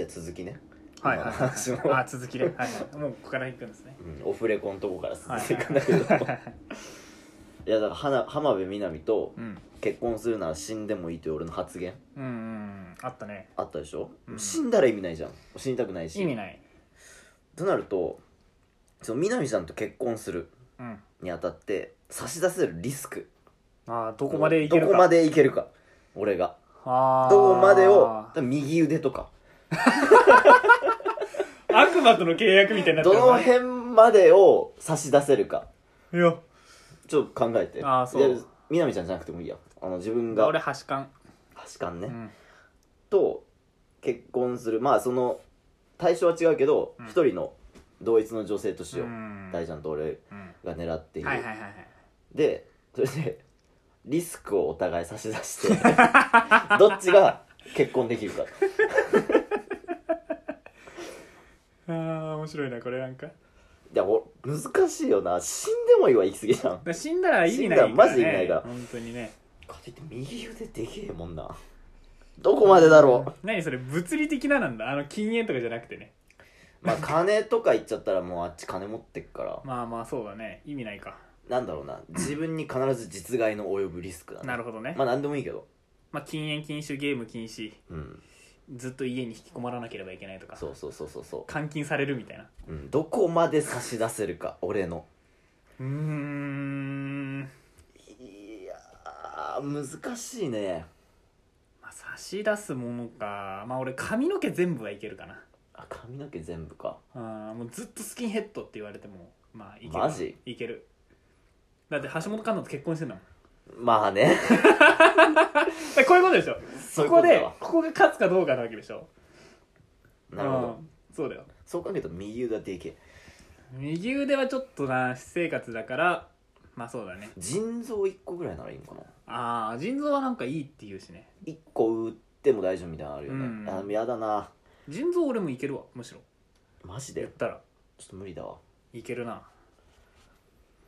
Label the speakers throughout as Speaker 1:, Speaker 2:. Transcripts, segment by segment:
Speaker 1: ゃあ続きね
Speaker 2: はいは
Speaker 1: 今
Speaker 2: い
Speaker 1: の話も
Speaker 2: あ続きで、はいはい、もうここから行くんですね
Speaker 1: うん、オフレコのとこから
Speaker 2: は
Speaker 1: 続
Speaker 2: いはい
Speaker 1: ていくんだけど、
Speaker 2: はいはい
Speaker 1: い、
Speaker 2: はい
Speaker 1: やだから花浜辺美波と
Speaker 2: うん
Speaker 1: 結婚するなら死んでもいいという俺の発言
Speaker 2: うんうんあったね
Speaker 1: あったでしょ、
Speaker 2: うん
Speaker 1: 死んだら意味ないじゃん死にたくないし
Speaker 2: 意味ない
Speaker 1: となるとその南さんと結婚する
Speaker 2: うん
Speaker 1: にあたって差し出せるリスク
Speaker 2: あーどこまでいけるか
Speaker 1: どこまでいけるか俺が
Speaker 2: あー
Speaker 1: どこまでを右腕とか
Speaker 2: 悪魔との契約みたいになって
Speaker 1: ど
Speaker 2: る
Speaker 1: の辺までを差し出せるか
Speaker 2: いや
Speaker 1: ちょっと考えて
Speaker 2: あーそう
Speaker 1: いやみなみちゃんじゃなくてもいいやあの自分
Speaker 2: 俺
Speaker 1: が
Speaker 2: はしかん、
Speaker 1: 確かにね、
Speaker 2: うん、
Speaker 1: と結婚するまあその対象は違うけど
Speaker 2: うん
Speaker 1: 一、人の同一の女性としよう、
Speaker 2: ん
Speaker 1: 大ちゃんと俺
Speaker 2: うん
Speaker 1: が狙っている、
Speaker 2: はいはいはいはい
Speaker 1: でそれでリスクをお互い差し出 してどっちが結婚できるか
Speaker 2: あー面白いなこれなんか
Speaker 1: いやお難しいよな死んでもいいは言い過ぎじゃん
Speaker 2: だ死んだら意味ない
Speaker 1: 死んだらマジ意味ないから
Speaker 2: 本当にね
Speaker 1: かといって右腕でけえもんなどこまでだろ
Speaker 2: 何それ物理的ななんだあの禁煙とかじゃなくてね
Speaker 1: うまあ金とか言っちゃったらもうあっち金持ってっから
Speaker 2: まあまあそうだね意味ないか
Speaker 1: なんだろうな自分に必ず実害の及ぶリスクだね
Speaker 2: なるほどね
Speaker 1: まあ何でもいいけど
Speaker 2: まあ禁煙禁酒ゲーム禁止
Speaker 1: うん
Speaker 2: ずっと家に引きこもらなければいけないとか
Speaker 1: そうそうそうそうそ
Speaker 2: 監禁されるみたいな
Speaker 1: う、うん、どこまで差し出せるか俺の
Speaker 2: うーん
Speaker 1: いやー難しいね
Speaker 2: まあ差し出すものかまあ俺髪の毛全部はいけるかな
Speaker 1: あ髪の毛全部か
Speaker 2: あーもうずっとスキンヘッドって言われてもまあいける
Speaker 1: マジ
Speaker 2: いけるだって橋本環奈と結婚してんだもん
Speaker 1: まあ ね
Speaker 2: だからこういうことでしょ
Speaker 1: そういうこ
Speaker 2: ここ
Speaker 1: だ
Speaker 2: とで
Speaker 1: わ
Speaker 2: ここが勝つかどうかなわけでしょ
Speaker 1: なるほ
Speaker 2: う
Speaker 1: ど
Speaker 2: んそうだよ
Speaker 1: そう考えると右腕はでけえ
Speaker 2: 右腕はちょっとな私生活だからまあそうだね
Speaker 1: 腎臓1個ぐらいならいいのかな
Speaker 2: ああ腎臓はなんかいいって言うしね
Speaker 1: 1個打っても大丈夫みたいなのあるよね、
Speaker 2: うん
Speaker 1: あやだな
Speaker 2: 腎臓俺もいけるわむしろ
Speaker 1: マジ
Speaker 2: 言っ
Speaker 1: で
Speaker 2: たら
Speaker 1: ちょっと無理だわ
Speaker 2: いけるな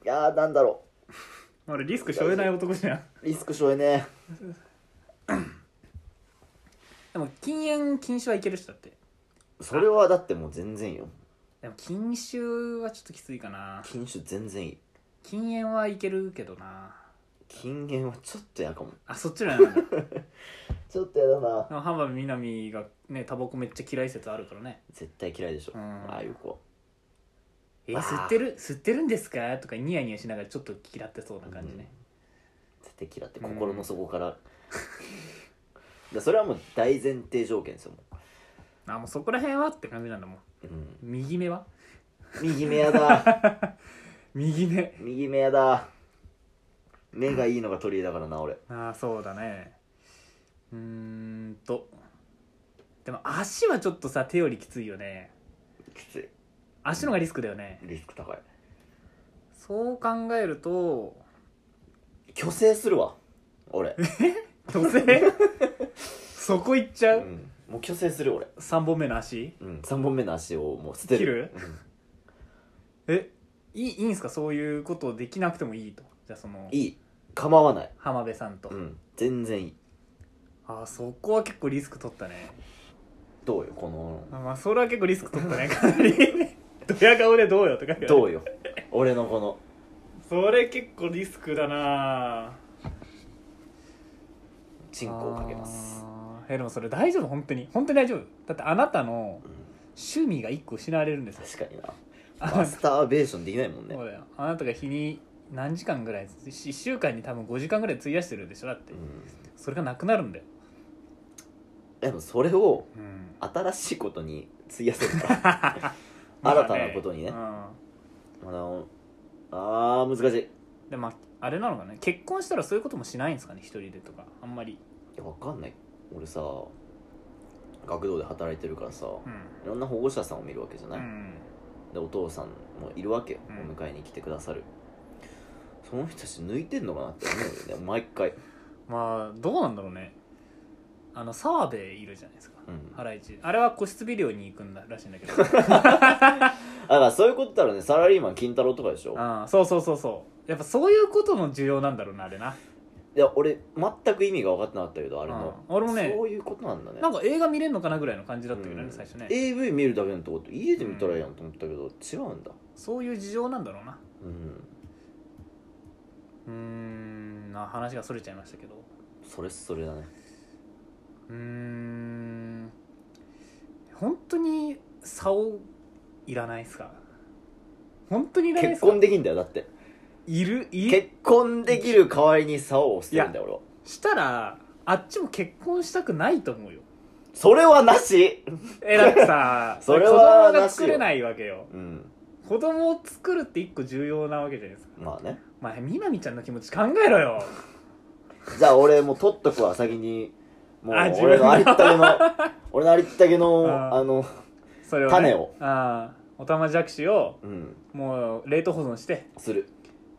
Speaker 2: い
Speaker 1: やーなんだろ
Speaker 2: 俺リスク背負えない男じゃん
Speaker 1: うリスクしょえね
Speaker 2: でも禁煙禁酒はいける人だって
Speaker 1: それはだってもう全然よ
Speaker 2: でも禁酒はちょっときついかな
Speaker 1: 禁酒全然いい
Speaker 2: 禁煙はいけるけどな
Speaker 1: 禁煙はちょっとやかも
Speaker 2: あそっちのやなんだで
Speaker 1: ちょっとやだな
Speaker 2: も浜辺美波がねタバコめっちゃ嫌い説あるからね
Speaker 1: 絶対嫌いでしょ、
Speaker 2: うん
Speaker 1: ああいう子
Speaker 2: 「え
Speaker 1: あー
Speaker 2: 吸ってる吸ってるんですか?」とかニヤニヤしながらちょっと嫌ってそうな感じね、
Speaker 1: 絶対嫌って心の底から、だそれはもう大前提条件ですよも
Speaker 2: あもうそこら辺はって感じなんだもん
Speaker 1: う、うん、
Speaker 2: 右目は
Speaker 1: 右目やだ
Speaker 2: 右目
Speaker 1: 右目やだ目がいいのが取り柄だからな俺
Speaker 2: ああそうだねうーんとでも足はちょっとさ手よりきついよね
Speaker 1: きつい
Speaker 2: 足の方がリスクだよね
Speaker 1: リスク高い
Speaker 2: そう考えると
Speaker 1: 虚勢するわ俺、
Speaker 2: 女性そこ行っち
Speaker 1: う
Speaker 2: ゃう、
Speaker 1: ん、もう虚勢する俺、
Speaker 2: 三3本目の足
Speaker 1: うん、3本目の足をもう捨てる
Speaker 2: えいいいいんすかそういうことできなくてもいいとじゃあその
Speaker 1: いい構わない、
Speaker 2: 浜辺さんと、
Speaker 1: うん、全然いい
Speaker 2: ああそこは結構リスク取ったね
Speaker 1: どうよこの
Speaker 2: あまあそれは結構リスク取ったねかな りドヤ顔でどうよとか言われて
Speaker 1: どうよ俺のこの
Speaker 2: それ結構リスクだな
Speaker 1: チンコをかけます
Speaker 2: あーえでもそれ大丈夫本当に本当に大丈夫だってあなたの
Speaker 1: うん
Speaker 2: 趣味が一個失われるんですよ
Speaker 1: 確かにな
Speaker 2: あ
Speaker 1: マスターベーションできないもんね
Speaker 2: そうだよあなたが日に何時間ぐらい1週間に多分5時間ぐらい費やしてるでしょだって
Speaker 1: うん
Speaker 2: それがなくなるんだよ、
Speaker 1: でもそれを
Speaker 2: うん
Speaker 1: 新しいことに費やせるから 新たなことにね
Speaker 2: まあ
Speaker 1: あのあー難しいい
Speaker 2: うんでまああれなのかね結婚したらそういうこともしないんですかね一人でとかあんまり
Speaker 1: やわかんない俺さ学童で働いてるからさ
Speaker 2: うん、
Speaker 1: いろんな保護者さんを見るわけじゃない、
Speaker 2: うん、
Speaker 1: でお父さんもいるわけよ、
Speaker 2: うん
Speaker 1: お迎えに来てくださるその人たち抜いてんのかなって思う よね毎回、
Speaker 2: まあどうなんだろうねあの澤部いるじゃないですか
Speaker 1: うん、
Speaker 2: ハ
Speaker 1: だか
Speaker 2: ライチあれは個室ビデオに行くんだらしいんだけど
Speaker 1: らそういうことだろうねサラリーマン金太郎とかでしょ
Speaker 2: うんそうそうそうそうやっぱそういうことの需要なんだろうなあれな
Speaker 1: いや俺全く意味が分かってなかったけどあれの、
Speaker 2: うん俺もね
Speaker 1: そういうことなんだね
Speaker 2: なんか映画見れんのかなぐらいの感じだったけどね、
Speaker 1: うん
Speaker 2: 最初ね
Speaker 1: AV 見るだけのとこと家で見たらいいやんと思ったけど、違うんだ
Speaker 2: そういう事情なんだろうな
Speaker 1: うん
Speaker 2: うーんな話がそれちゃいましたけど
Speaker 1: それっすそれだね
Speaker 2: うーん本当に差をいらないっすか本当にいらないっ
Speaker 1: 結
Speaker 2: すか
Speaker 1: 婚できんだよだって
Speaker 2: いるい
Speaker 1: 結婚できる代わりに差を押してるんだよ俺は
Speaker 2: したらあっちも結婚したくないと思うよ
Speaker 1: それはなし
Speaker 2: えだってさ
Speaker 1: それはな
Speaker 2: 子供
Speaker 1: しよ
Speaker 2: が作れないわけよ
Speaker 1: うん
Speaker 2: 子供を作るって一個重要なわけじゃないですか
Speaker 1: まあね
Speaker 2: まあみなみちゃんの気持ち考えろよ
Speaker 1: じゃあ俺もう取っとくわ先にもう
Speaker 2: あ自
Speaker 1: 俺
Speaker 2: 分の
Speaker 1: のありったけの 俺のありったけの
Speaker 2: あー
Speaker 1: あの
Speaker 2: それを、ね、
Speaker 1: 種を
Speaker 2: ああおたまじゃくしを
Speaker 1: うん
Speaker 2: もう冷凍保存して
Speaker 1: する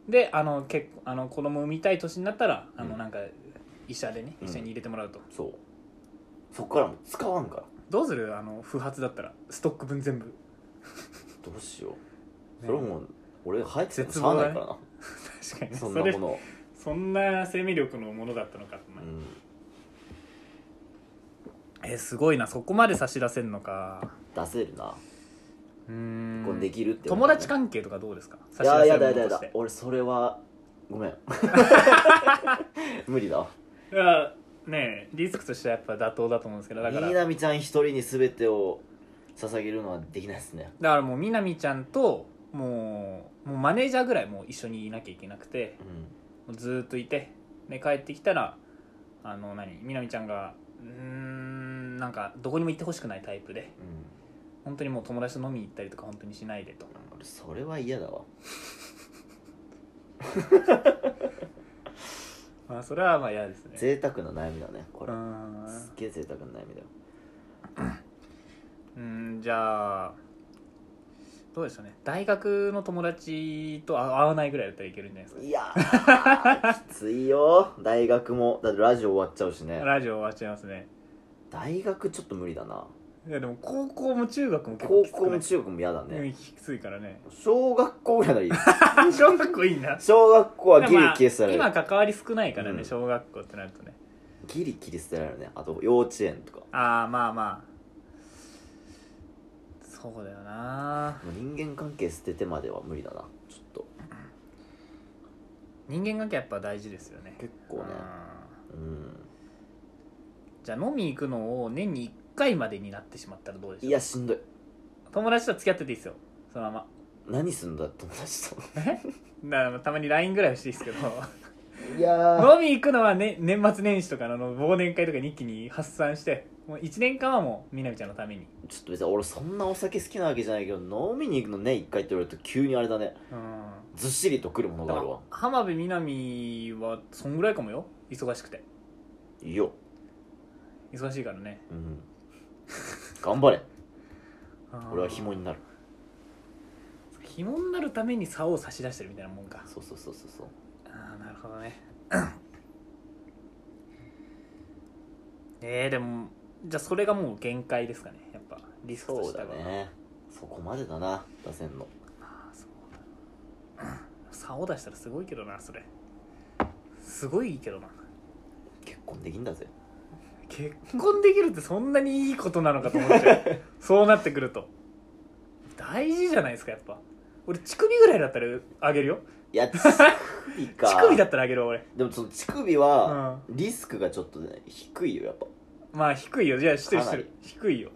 Speaker 2: であの結あの子供産みたい年になったらあ
Speaker 1: う
Speaker 2: の
Speaker 1: ん
Speaker 2: なんか医者でね
Speaker 1: うん
Speaker 2: 医者に入れてもらうと、
Speaker 1: そうそっからもう使わんから
Speaker 2: どうするあの不発だったらストック分全部
Speaker 1: どうしようそれもう俺入っててもし
Speaker 2: 絶
Speaker 1: ゃあ
Speaker 2: 望だね
Speaker 1: ないからな
Speaker 2: 確かにね
Speaker 1: そ
Speaker 2: そ
Speaker 1: んな
Speaker 2: れ
Speaker 1: も のを
Speaker 2: そんな生命力のものだったのかと思
Speaker 1: う
Speaker 2: う、
Speaker 1: ん
Speaker 2: えーすごいなそこまで差し出せんのか
Speaker 1: 出せるな
Speaker 2: うーん
Speaker 1: これできるってこと
Speaker 2: 友
Speaker 1: だね
Speaker 2: 達関係とかどうですか差
Speaker 1: い
Speaker 2: し
Speaker 1: や
Speaker 2: 出せ
Speaker 1: や
Speaker 2: る
Speaker 1: だや
Speaker 2: も
Speaker 1: だや
Speaker 2: のと
Speaker 1: だ
Speaker 2: して
Speaker 1: 俺それはご めん無理だわ
Speaker 2: いやねえリスクとしてはやっぱ妥当だと思うんですけどだから
Speaker 1: 新
Speaker 2: だか
Speaker 1: 浪ちゃん一人に全てを捧げるのはできないですね
Speaker 2: らもうみなみちゃんともうもうマネージャーぐらいもう一緒にいなきゃいけなくて
Speaker 1: うん
Speaker 2: もうずーっといてで帰ってきたらあの何みなみちゃんがうーんなんかどこにも行ってほしくないタイプで
Speaker 1: う
Speaker 2: 本当にもう友達と飲みに行ったりとか本当にしないでと
Speaker 1: ん俺それは嫌だわ
Speaker 2: まあそれはまあ嫌ですね
Speaker 1: 贅沢な悩みだねこ
Speaker 2: うー
Speaker 1: れ
Speaker 2: んう
Speaker 1: すっげえ贅沢な悩みだよ
Speaker 2: ーんじゃあどうでしょうね大学の友達とあ会わないぐらいだったらいけるんじゃないです
Speaker 1: いやーきついよ大学もだってラジオ終わっちゃうしね
Speaker 2: かラジオ終わっちゃいますね
Speaker 1: 大学ちょっと無理だない
Speaker 2: やでも高校も中学も結構
Speaker 1: 高
Speaker 2: きつ
Speaker 1: 校
Speaker 2: くな
Speaker 1: も
Speaker 2: い
Speaker 1: 中学も嫌だ
Speaker 2: う
Speaker 1: ね
Speaker 2: んきついからね
Speaker 1: 小学校ぐらいならいい
Speaker 2: 小学校いいな
Speaker 1: 小学校はギリ
Speaker 2: まあ
Speaker 1: 切り捨てられる、
Speaker 2: 今関わり少ないからね、
Speaker 1: うん
Speaker 2: 小学校ってなるとね
Speaker 1: ギリ切り捨てられるねあと幼稚園とか
Speaker 2: ああまあまあそうだよな
Speaker 1: もう人間関係捨ててまでは無理だなちょっと
Speaker 2: 人間関係やっぱ大事ですよね
Speaker 1: 結構ね
Speaker 2: うん
Speaker 1: うん
Speaker 2: じゃあ飲み行くのを年に1回までになってしまったらどうでしょう
Speaker 1: いやしんどい
Speaker 2: 友達と付き合ってていいですよそのま
Speaker 1: 何すんだ友達と
Speaker 2: まえだからたまに LINE ぐらいはしていいで すけど
Speaker 1: いや
Speaker 2: 飲み行くのは、ね、年末年始とかのあの忘年会とかに一気に発散してもう1年間はもうみなみちゃんのために
Speaker 1: ちょっと別に俺そんなお酒好きなわけじゃないけど飲みに行くのね一回って言われると急にあれだね
Speaker 2: うん
Speaker 1: ずっしりとくるもの
Speaker 2: だ
Speaker 1: があ
Speaker 2: か
Speaker 1: る
Speaker 2: ら
Speaker 1: わ
Speaker 2: 浜辺美波はそんぐらいかもよ忙しくて
Speaker 1: いいよ
Speaker 2: 忙しいからね
Speaker 1: うん頑張れ俺は
Speaker 2: 紐
Speaker 1: 紐になる
Speaker 2: 紐になるために竿を差し出してるみたいなもんか
Speaker 1: そうそうそうそうそう
Speaker 2: ああなるほどねえー、でもじゃあそれがもう限界ですかねやっぱ理想と
Speaker 1: そう
Speaker 2: して
Speaker 1: だ
Speaker 2: は
Speaker 1: ねそこまでだな出せんの
Speaker 2: ああそうだ 竿出したらすごいけどなそれすごいけどな
Speaker 1: 結婚できんだぜ
Speaker 2: 結婚できるってそんなにいいことなのかと思っちゃ うそうなってくると大事じゃないですかやっぱ俺乳首ぐらいだったらあげるよ
Speaker 1: い や乳首か
Speaker 2: 乳首だったらあげるわ俺
Speaker 1: でもその乳首はリスクがちょっとね低いよやっぱ
Speaker 2: まあ低いよじゃあしてるしてる
Speaker 1: か
Speaker 2: 低いよ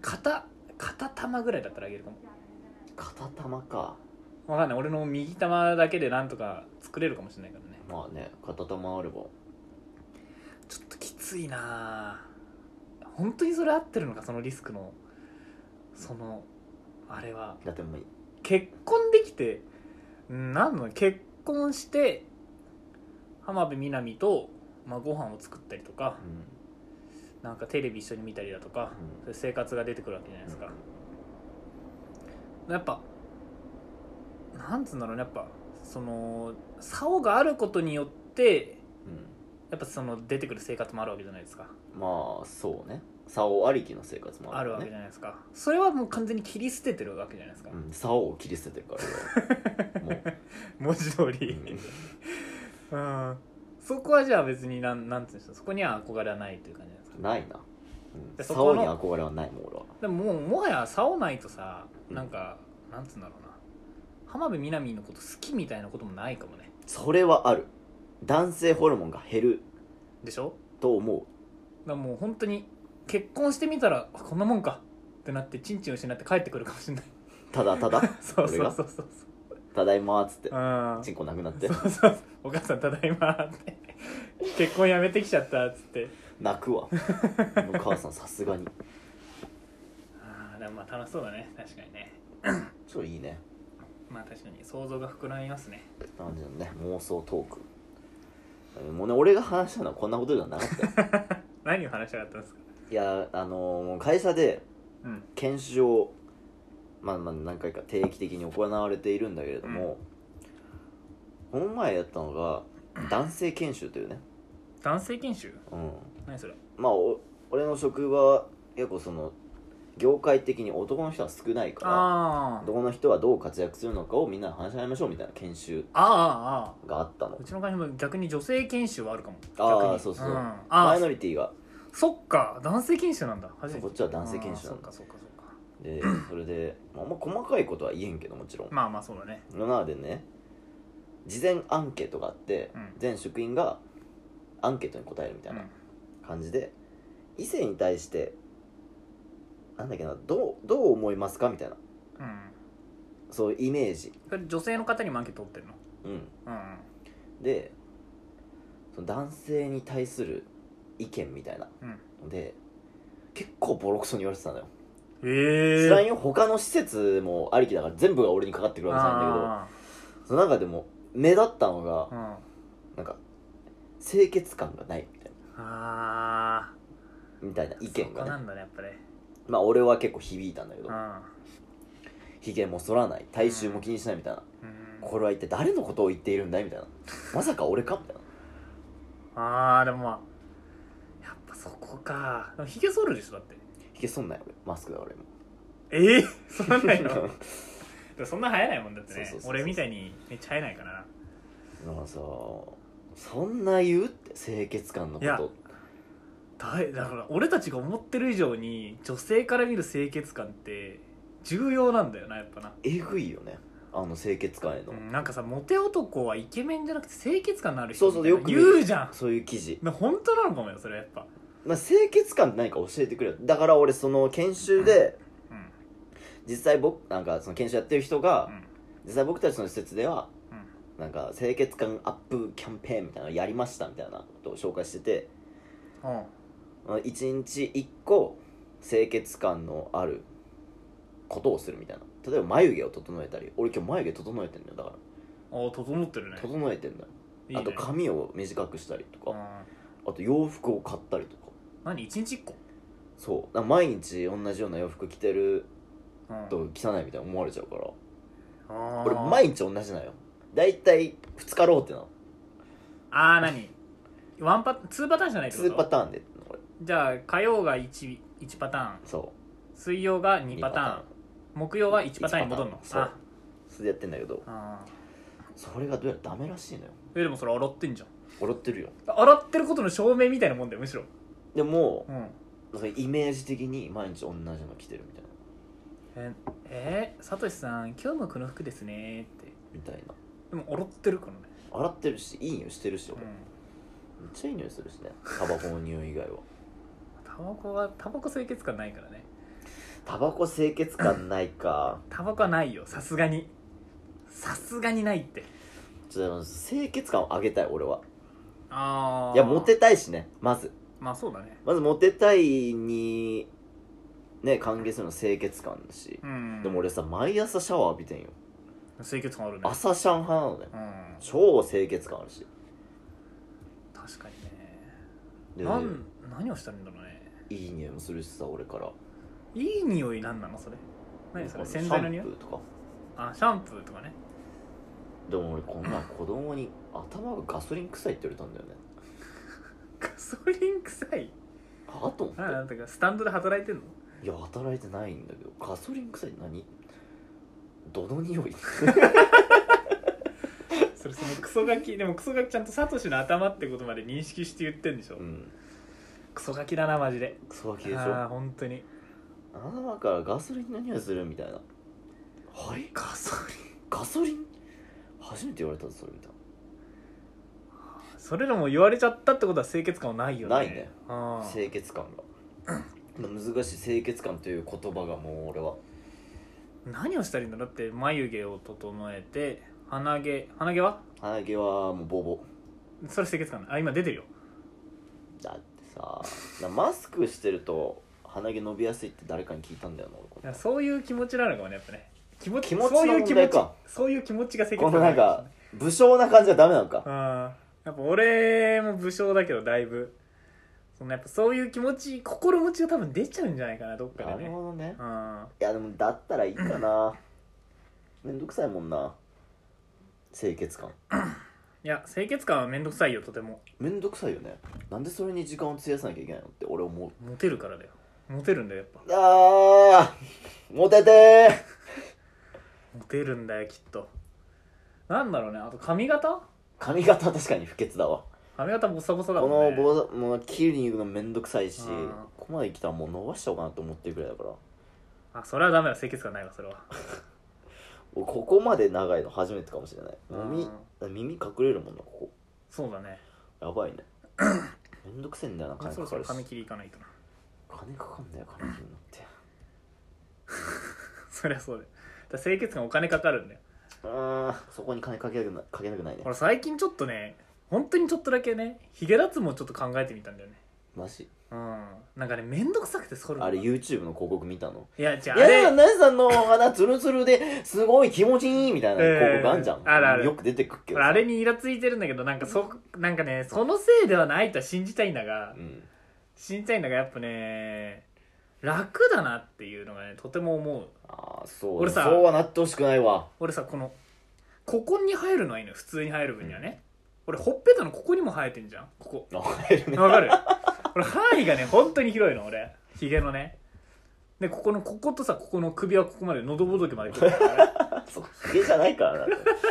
Speaker 2: 片片玉ぐらいだったらあげるかも
Speaker 1: 片玉か
Speaker 2: わかんない俺の右玉だけでなんとか作れるかもしれないからね
Speaker 1: まあね片玉あれば
Speaker 2: ちょっときついなぁ本当にそれ合ってるのかそのリスクのそのあれは
Speaker 1: だってもう
Speaker 2: 結婚できてうんなんの結婚して浜辺美波と、まあ、ご飯を作ったりとか
Speaker 1: うん
Speaker 2: なんかテレビ一緒に見たりだとか、
Speaker 1: うん
Speaker 2: そういう生活が出てくるわけじゃないですか、やっぱなんつうんだろうねやっぱその竿があることによって
Speaker 1: う
Speaker 2: やっぱその出てくる生活もあるわけじゃないですか
Speaker 1: んまあそうね竿ありきの生活も
Speaker 2: あ
Speaker 1: ある
Speaker 2: る
Speaker 1: よ
Speaker 2: わけ
Speaker 1: ね
Speaker 2: じゃないですかそれはもう完全に切り捨ててるわけじゃないですか、
Speaker 1: うん、竿を切り捨 ててるから俺はもう
Speaker 2: 文字通り
Speaker 1: うん
Speaker 2: うん、そこはじゃあ別になんなんつうんですかそこには憧れはないという感じなんですか
Speaker 1: ないな、うん、
Speaker 2: でそこ
Speaker 1: 竿
Speaker 2: の
Speaker 1: に憧れはないもん俺は
Speaker 2: でももうもはや竿ないとさ
Speaker 1: うん
Speaker 2: なんか、なんつうんだろうな浜辺美波のこと好きみたいなこともないかもね
Speaker 1: それはある男性ホルモンが減る
Speaker 2: でしょ
Speaker 1: と思
Speaker 2: だからもう本当に結婚してみたらあこんなもんかってなってチンチン失って帰ってくるかもしれない
Speaker 1: うただた だ
Speaker 2: そうそう
Speaker 1: 俺が
Speaker 2: そうそう
Speaker 1: 「ただいま」っつって
Speaker 2: うん
Speaker 1: チンコなくなって
Speaker 2: そうそうお母さんただいまーって結婚やめてきちゃったっつって
Speaker 1: 泣くわお母さんさすがに
Speaker 2: ああでもまあ楽しそうだね確かにね
Speaker 1: ちょいいね
Speaker 2: まあ確かに想像が膨らみますね
Speaker 1: なんでね妄想トークもうね俺が話したのはこんなことじゃなかったよ
Speaker 2: 何を話したかったんですか
Speaker 1: いやあのーもう会社で
Speaker 2: うん
Speaker 1: 研修をまあまあ何回か定期的に行われているんだけれども、この前やったのが男性研修というね、
Speaker 2: 男性研修
Speaker 1: うん、
Speaker 2: 何それ
Speaker 1: まあお俺の職場は結構その業界的に男の人は少ないから
Speaker 2: あー
Speaker 1: 男の人はどう活躍するのかをみんなで話し合いましょうみたいな研修
Speaker 2: ああああ
Speaker 1: があったの
Speaker 2: うちの会社も逆に女性研修はあるかも
Speaker 1: あー
Speaker 2: 逆に
Speaker 1: そうそうん
Speaker 2: あ
Speaker 1: マ
Speaker 2: あ
Speaker 1: イノリティが
Speaker 2: そっか男性研修なんだ初めて
Speaker 1: こっちは男性研修な
Speaker 2: あーそっ
Speaker 1: んだ
Speaker 2: かそっかそっか
Speaker 1: でそれで、まあ、あんま細かいことは言えんけどもちろん
Speaker 2: まあまあそうだね
Speaker 1: なのでね事前アンケートがあって、
Speaker 2: うん
Speaker 1: 全職員がアンケートに答えるみたいな感じで、異性に対してなんだっけなどうどう思いますかみたいな
Speaker 2: うん、うん、
Speaker 1: そういうイメージ、
Speaker 2: それ女性の方にもアンケート取ってるの
Speaker 1: うん、
Speaker 2: うんうん
Speaker 1: でその男性に対する意見みたいな
Speaker 2: うん
Speaker 1: ので結構ボロクソに言われてたのよ
Speaker 2: ええ
Speaker 1: 知らんよ他の施設もありきだから全部が俺にかかってくるわけじゃないんだ
Speaker 2: あ
Speaker 1: けどその中でも目立ったのが
Speaker 2: ーうん
Speaker 1: なんか清潔感がないみたいな
Speaker 2: あ
Speaker 1: みたいな
Speaker 2: ー
Speaker 1: 意見
Speaker 2: そこ
Speaker 1: が
Speaker 2: な
Speaker 1: ね
Speaker 2: んだねやっぱね
Speaker 1: まあ俺は結構響いたんだけどひげも剃らない体臭も気にしないみたいな
Speaker 2: うんうん
Speaker 1: これは一体誰のことを言っているんだいみたい なまさか俺かみたいな
Speaker 2: あーでもまあやっぱそこかでもひげ剃るでしょだって
Speaker 1: ひげ剃んない俺マスクだ俺も
Speaker 2: ええ そんなんな いのでもそんな生えないもんだってね
Speaker 1: そうそうそうそう
Speaker 2: 俺みたいにめっちゃ生えないからな
Speaker 1: なんかさそんな言うって清潔感のこ
Speaker 2: いや
Speaker 1: と
Speaker 2: だいだから俺たちが思ってる以上に女性から見る清潔感って重要なんだよなやっぱな、
Speaker 1: えぐいよねあの清潔感への、
Speaker 2: うんなんかさモテ男はイケメンじゃなくて清潔感のある人
Speaker 1: そうそうよく見
Speaker 2: 言
Speaker 1: る
Speaker 2: うじゃん
Speaker 1: そういう記事、
Speaker 2: な本当なのかもよそれやっぱ
Speaker 1: まあ、清潔感って何か教えてくれよだから俺その研修で
Speaker 2: うん
Speaker 1: 実際僕なんかその研修やってる人が、
Speaker 2: うん
Speaker 1: 実際僕たちの施設では
Speaker 2: うん
Speaker 1: なんか清潔感アップキャンペーンみたいなのやりましたみたいなことを紹介してて
Speaker 2: うん
Speaker 1: 1日1個清潔感のあることをするみたいな例えば眉毛を整えたり俺今日眉毛整えてんだよだか
Speaker 2: ああ整ってるね
Speaker 1: ら整えてんだよ
Speaker 2: いいね
Speaker 1: あと髪を短くしたりと
Speaker 2: う
Speaker 1: か
Speaker 2: ん
Speaker 1: あと洋服を買ったりとか
Speaker 2: 何一日一個
Speaker 1: そうだから毎日同じような洋服着てる
Speaker 2: うん
Speaker 1: と汚いみたいな思われちゃうから
Speaker 2: あー
Speaker 1: 俺毎日同じなよ大体2日ローテなの
Speaker 2: ああ何ワンパツーパターンじゃないってこ
Speaker 1: 2
Speaker 2: と
Speaker 1: パターンで俺
Speaker 2: じゃあ火曜が 1, 一パターン
Speaker 1: そ
Speaker 2: 水曜が
Speaker 1: う
Speaker 2: 2
Speaker 1: 2
Speaker 2: パターン木曜は1パターンに戻るの
Speaker 1: 一パターン
Speaker 2: あ
Speaker 1: そうそれでやってんだけど
Speaker 2: あ
Speaker 1: それがどうやらダメらしいのよ
Speaker 2: ーえでもそれ洗ってんじゃん
Speaker 1: 笑ってるよ
Speaker 2: 洗ってることの証明みたいなもんだよむしろ
Speaker 1: でも
Speaker 2: うん
Speaker 1: そのイメージ的に毎日同じの着てるみたいな
Speaker 2: ええー、サトシさん今日もこの服ですねーって
Speaker 1: みたいな
Speaker 2: でも洗ってるからね、
Speaker 1: 洗ってるしいい匂いしてるし
Speaker 2: う
Speaker 1: 俺、めっ
Speaker 2: ん、
Speaker 1: ちゃいい匂いするしねタバコの匂い以外は
Speaker 2: タバコはタバコ清潔感ないからね
Speaker 1: タバコ清潔感ないか
Speaker 2: タバコはないよさすがにさすがにないって
Speaker 1: ちょっとでも清潔感を上げたい俺は
Speaker 2: ああ
Speaker 1: いやモテたいしねまず
Speaker 2: まあそうだね
Speaker 1: まずモテたいにね歓迎するの清潔感だし
Speaker 2: う、ん
Speaker 1: でも俺さ毎朝シャワー浴びてんよ
Speaker 2: 清潔感あるね
Speaker 1: 朝シャン派なのね
Speaker 2: うん
Speaker 1: 超清潔感あるし
Speaker 2: 確かにね
Speaker 1: で
Speaker 2: なん何をしたらいいんだろうね
Speaker 1: いい匂いもするしさ俺から
Speaker 2: いい匂いなんなのそれ何それ
Speaker 1: シャ
Speaker 2: 洗
Speaker 1: ン
Speaker 2: 剤の匂い
Speaker 1: プーとか
Speaker 2: あシャンプーとかね
Speaker 1: でも俺この前子供に頭がガソリン臭いって言われたんだよね
Speaker 2: ガソリン臭い
Speaker 1: あと思って
Speaker 2: あなんだかスタンドで働いてんの
Speaker 1: いや働いてないんだけどガソ リン臭いって何どの匂い
Speaker 2: それそのクソガキでもクソガキちゃんとサトシの頭ってことまで認識して言ってんでしょ、
Speaker 1: うん
Speaker 2: クソガキだなマジで
Speaker 1: クソガ
Speaker 2: あ
Speaker 1: キでし
Speaker 2: ー
Speaker 1: ょ
Speaker 2: 本当に
Speaker 1: 頭からガソリンの匂いするみたいなはい
Speaker 2: ガソリン
Speaker 1: ガソリン初めて言われたぞそれみたい
Speaker 2: それでも言われちゃったってことは清潔感はないよね
Speaker 1: ないね
Speaker 2: あ
Speaker 1: な
Speaker 2: ー
Speaker 1: 清潔感が難しい清潔感という言葉がもう俺は
Speaker 2: 何をしたらいいんだろうだって眉毛を整えて鼻毛鼻毛は
Speaker 1: 鼻毛はもうボボ
Speaker 2: それ清潔感ないあ今出てるよ
Speaker 1: だってさなマスクしてると鼻毛伸びやすいって誰かに聞いたんだよな俺こ
Speaker 2: い
Speaker 1: れ
Speaker 2: やそういう気持ちなのかもねやっぱね気持
Speaker 1: 気持ち
Speaker 2: そう
Speaker 1: の
Speaker 2: いう
Speaker 1: 問
Speaker 2: 気持
Speaker 1: 題
Speaker 2: ち
Speaker 1: か
Speaker 2: そういう気持ちが清潔
Speaker 1: こ
Speaker 2: 感
Speaker 1: の
Speaker 2: な
Speaker 1: ないん
Speaker 2: かもしれ
Speaker 1: か武将な感じはダメなのか
Speaker 2: ないうんやっぱ俺も武将だけどだいぶそのやっぱそういう気持ち心持ちが多分出ちゃうんじゃないかなどっか
Speaker 1: な
Speaker 2: で
Speaker 1: る
Speaker 2: ね
Speaker 1: ほどね
Speaker 2: うん
Speaker 1: いやでもだったらいいかなめんどくさいもんな清潔感
Speaker 2: いや清潔感は面倒くさいよとても
Speaker 1: めんどくさいよねなんでそれに時間を費やさなきゃいけないのって俺思う
Speaker 2: モテるからだよモテるんだよやっぱ
Speaker 1: あーモテて
Speaker 2: モテるんだよきっとなんだろうねあと髪型
Speaker 1: ー髪型は確かに不潔だわ
Speaker 2: 髪型ボサボサだ
Speaker 1: こ
Speaker 2: も
Speaker 1: の
Speaker 2: んね
Speaker 1: 坊主もう切りに行くのめんどくさいし
Speaker 2: うん
Speaker 1: ここまで来たらもう伸ばしちゃおうかなと思ってるくらいだから
Speaker 2: あそれはダメだ清潔感ないわそれは
Speaker 1: 俺ここまで長いの初めてかもしれない耳耳隠れるもんなこ
Speaker 2: そうだね
Speaker 1: こやば いねめんどくせえんだよな金
Speaker 2: そろ
Speaker 1: か
Speaker 2: そ
Speaker 1: か
Speaker 2: ろ
Speaker 1: るし
Speaker 2: 髪切りいかないと な
Speaker 1: 金かかんだよ金切るのって
Speaker 2: そりゃそうだよだから清潔感お金かかるんだよ
Speaker 1: あーそこに金かけなくなかけなくないね
Speaker 2: 俺最近ちょっとね本当にちょっとだけねヒゲ脱毛ちょっと考えてみたんだよね
Speaker 1: マジ
Speaker 2: うんなんかね面倒くさくて剃るのが
Speaker 1: あれ YouTube の広告見たの
Speaker 2: いやじゃあ
Speaker 1: い
Speaker 2: あれ
Speaker 1: や、なえさんの鼻ツルツルですごい気持ちいいみたいな広告あんじゃん。
Speaker 2: えーあるある
Speaker 1: よく出てくっけど
Speaker 2: 俺
Speaker 1: さ。
Speaker 2: あれにイラついてるんだけどなんかそなんかねそのせいではないとは信じたいんだが
Speaker 1: うん。
Speaker 2: 信じたいんだがやっぱね楽だなっていうのがねとても思う
Speaker 1: ああ、そう。
Speaker 2: 俺さ
Speaker 1: そうはなってほしくない わ。
Speaker 2: 俺さこのここに入るのはいいのよ普通に入る分にはね、俺ほっぺたのここにも生えてんじゃんこ こ
Speaker 1: わかるね。
Speaker 2: わかる俺範囲がね本当に広いの俺ヒゲのねでここのこことさここの首はここまで喉仏まで来るからね
Speaker 1: そう、ヒゲじゃない からな。そ
Speaker 2: 体
Speaker 1: こ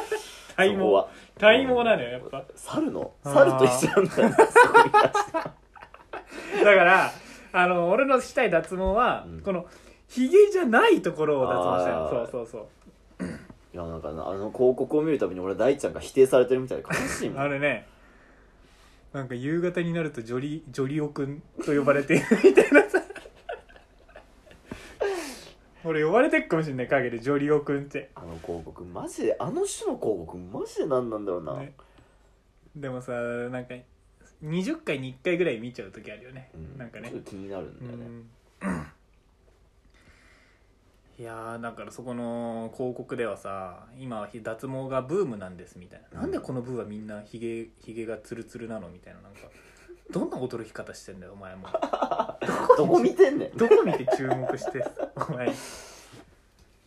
Speaker 2: 毛
Speaker 1: は。
Speaker 2: 体毛なのよやっぱ
Speaker 1: 猿の
Speaker 2: あー
Speaker 1: 猿と一緒 なんだよ。そこに関して
Speaker 2: だからあの俺のしたい脱毛は、
Speaker 1: うん
Speaker 2: このヒゲじゃないところを脱毛したいの
Speaker 1: あ
Speaker 2: そう
Speaker 1: ー
Speaker 2: そうそう
Speaker 1: いや、なんかなあの広告を見るたびに俺大ちゃんが否定されてるみたいで悲しいも
Speaker 2: あ
Speaker 1: ん。
Speaker 2: れねなんか夕方になるとジョリジョリオくんと呼ばれて いるみたいなさ俺呼ばれてっかもしんない陰でジョリオくんって、
Speaker 1: あの広告、マジで、あの種の広告、マジで何なんだろうな。
Speaker 2: ね、でもさなんか20回に1回ぐらい見ちゃう時あるよね、
Speaker 1: うん
Speaker 2: なんかね
Speaker 1: ちょっと気になるんだよね。
Speaker 2: いやーだからそこの広告ではさ今はひ脱毛がブームなんですみたいな、
Speaker 1: うん
Speaker 2: なんでこのブーはみんなひげひげがツルツルなのみたいななん かどんな驚き方してんだよお前も
Speaker 1: どこ見てんね ん。
Speaker 2: どこ見て注目して お前ね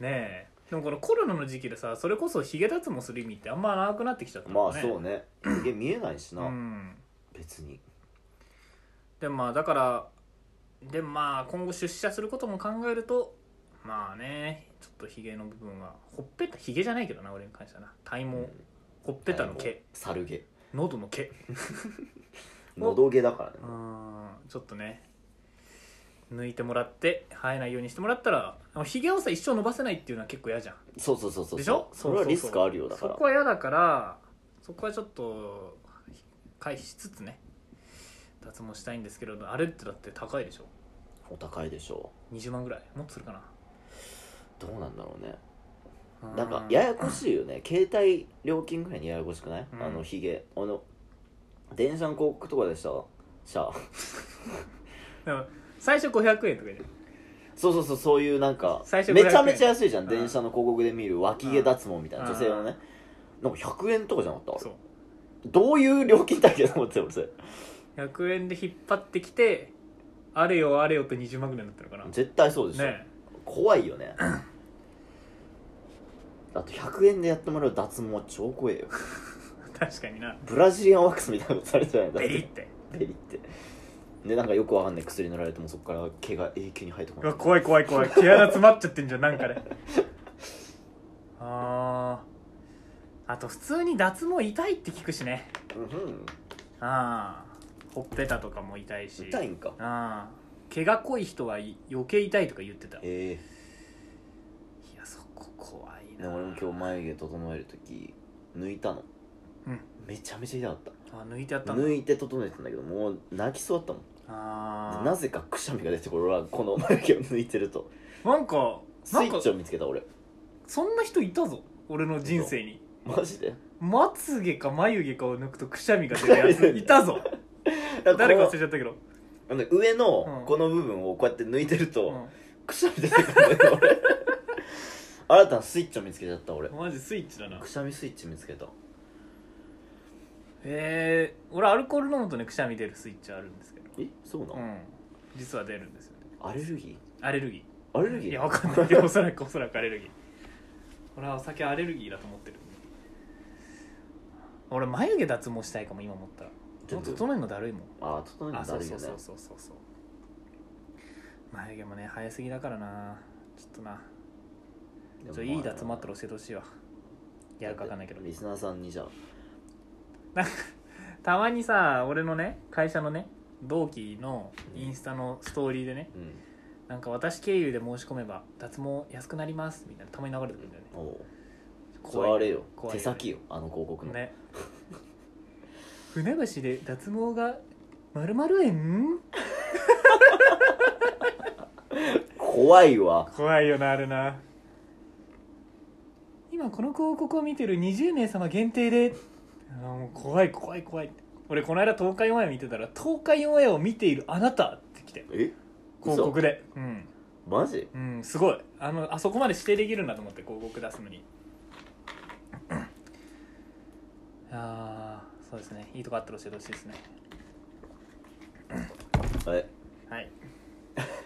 Speaker 2: えでもこのコロナの時期でさそれこそひげ脱毛する意味ってあんまなくなってきちゃった
Speaker 1: ま
Speaker 2: もん
Speaker 1: あそうね。ヒゲ見えないし
Speaker 2: う
Speaker 1: な。
Speaker 2: ん
Speaker 1: 別に。
Speaker 2: でもまあだからでもまあ今後出社することも考えるとまあねちょっとヒゲの部分はほっぺたヒゲじゃないけどな俺に関してはな体毛、
Speaker 1: うん
Speaker 2: ほっぺたの毛
Speaker 1: 猿毛
Speaker 2: 喉の毛
Speaker 1: 喉毛だからね
Speaker 2: うーんちょっとね抜いてもらって生えないようにしてもらったらでもヒゲをさ一生伸ばせないっていうのは結構嫌じゃん
Speaker 1: そうそうそうそう
Speaker 2: でしょ
Speaker 1: それはリスクあるよ
Speaker 2: そう
Speaker 1: だ
Speaker 2: そ
Speaker 1: か
Speaker 2: うそ
Speaker 1: ら
Speaker 2: こは嫌だからそこはちょっと回避しつつね脱毛したいんですけれどあれってだって高いでしょ
Speaker 1: お高いでしょ
Speaker 2: 20万ぐらいもっとするかな
Speaker 1: うどうなんだろうね
Speaker 2: う
Speaker 1: なんかややこしいよね携帯料金ぐらいにややこしくない、
Speaker 2: うん
Speaker 1: あのヒゲあの電車の広告とかでしたシャア
Speaker 2: でも最初500円とかじゃん
Speaker 1: そうそうそうそういうなんか
Speaker 2: 最
Speaker 1: め
Speaker 2: 初
Speaker 1: ち
Speaker 2: 500円
Speaker 1: ゃめちゃ安いじゃん、
Speaker 2: うん
Speaker 1: 電車の広告で見る脇毛脱毛みたいな、
Speaker 2: うん
Speaker 1: 女性のねなんか100円とかじゃなかった
Speaker 2: そう
Speaker 1: どういう料金体系だと思ってた俺それ
Speaker 2: 100円で引っ張ってきてあれよあれよと20万ぐらいになったのかなね
Speaker 1: 絶対そうでしょ、
Speaker 2: え
Speaker 1: 怖いよねあと100円でやってもらう脱毛は超怖えよ
Speaker 2: 確かにな
Speaker 1: ブラジリアンワックスみたいなことされてないんだ
Speaker 2: ベリって
Speaker 1: ベリってでなんかよくわかんない薬塗られてもそこから毛が永久に生えてこ
Speaker 2: う
Speaker 1: ない
Speaker 2: わ怖い怖い怖い毛 穴詰まっちゃってんじゃんなんかねあーあと普通に脱毛痛いって聞くしね
Speaker 1: うん
Speaker 2: ああほっぺたとかも痛いし
Speaker 1: 痛いんか
Speaker 2: ああ毛が濃い人はい余計痛いとか言ってたい
Speaker 1: え
Speaker 2: やそこ怖い
Speaker 1: えで
Speaker 2: な
Speaker 1: も俺も今日眉毛整える時抜いたの
Speaker 2: うん
Speaker 1: めちゃめちゃ痛かっ
Speaker 2: あ抜いてあったたんだ
Speaker 1: 抜いて整えてたんだけどもう泣きそうだったもん
Speaker 2: あ
Speaker 1: で
Speaker 2: あ
Speaker 1: なぜかくしゃみが出てこれはこの眉毛を抜いてると
Speaker 2: なんか
Speaker 1: スイ
Speaker 2: なん
Speaker 1: ッ
Speaker 2: か
Speaker 1: チを見つけた俺
Speaker 2: そんな人いたぞ俺の人生に
Speaker 1: マジで
Speaker 2: まつげか眉毛かを抜くとくしゃみが出るやつ いたぞ誰か忘れちゃったけど、
Speaker 1: あの上
Speaker 2: う
Speaker 1: の
Speaker 2: ん
Speaker 1: この部分をこうやって抜いてると、
Speaker 2: う
Speaker 1: くしゃみ出てくるんだよ俺 新たなスイッチを見つけちゃった俺
Speaker 2: ん、マジスイッチだな
Speaker 1: くしゃみスイッチ見つけた
Speaker 2: えー、俺アルコール飲むとねくしゃみ出るスイッチあるんですけど
Speaker 1: えそうな
Speaker 2: う
Speaker 1: の、
Speaker 2: ん実は出るんですよね
Speaker 1: アレルギ
Speaker 2: アレルギ
Speaker 1: ーアレルギ
Speaker 2: ー
Speaker 1: ー
Speaker 2: いやわかんないけどおそらくおそらくアレルギー俺はお酒アレルギーだと思ってる俺眉毛脱毛したいかも今思ったら
Speaker 1: ちょっと
Speaker 2: 整えるのだるいもん
Speaker 1: あー整える
Speaker 2: あ
Speaker 1: の
Speaker 2: そ
Speaker 1: だ
Speaker 2: う
Speaker 1: るい
Speaker 2: そ
Speaker 1: よ
Speaker 2: う
Speaker 1: ね
Speaker 2: そうそうそうそう眉毛もね早すぎだからなちょっとな
Speaker 1: でも
Speaker 2: ちょいい脱毛あったら教えてほしいわやるかわかんないけど
Speaker 1: リスナーさんにじゃあ
Speaker 2: たまにさ俺のね会社のね同期のインスタのストーリーでね、
Speaker 1: うん
Speaker 2: なんか私経由で申し込めば脱毛安くなりますみたいなたまに流れてくるんだよね
Speaker 1: おうそ
Speaker 2: 怖い
Speaker 1: れあれよ
Speaker 2: 怖
Speaker 1: 手
Speaker 2: いね
Speaker 1: 先よあの広告の、
Speaker 2: ね 船橋で脱毛がまるまる円
Speaker 1: 怖いわ
Speaker 2: 怖いよなあれな今この広告を見てる20名様限定であーもう怖い怖い怖い俺この間東海オンエア見てたら東海オンエアを見ているあなたって来て
Speaker 1: え
Speaker 2: 広告でうん
Speaker 1: 嘘マジ
Speaker 2: うんすごいあのあそこまで指定できるんだと思って広告出すのにああそうですねいいとこあったら教えてほしいですね
Speaker 1: え
Speaker 2: はい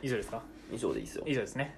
Speaker 2: 以上ですか
Speaker 1: 以上でいいっすよ
Speaker 2: 以上ですね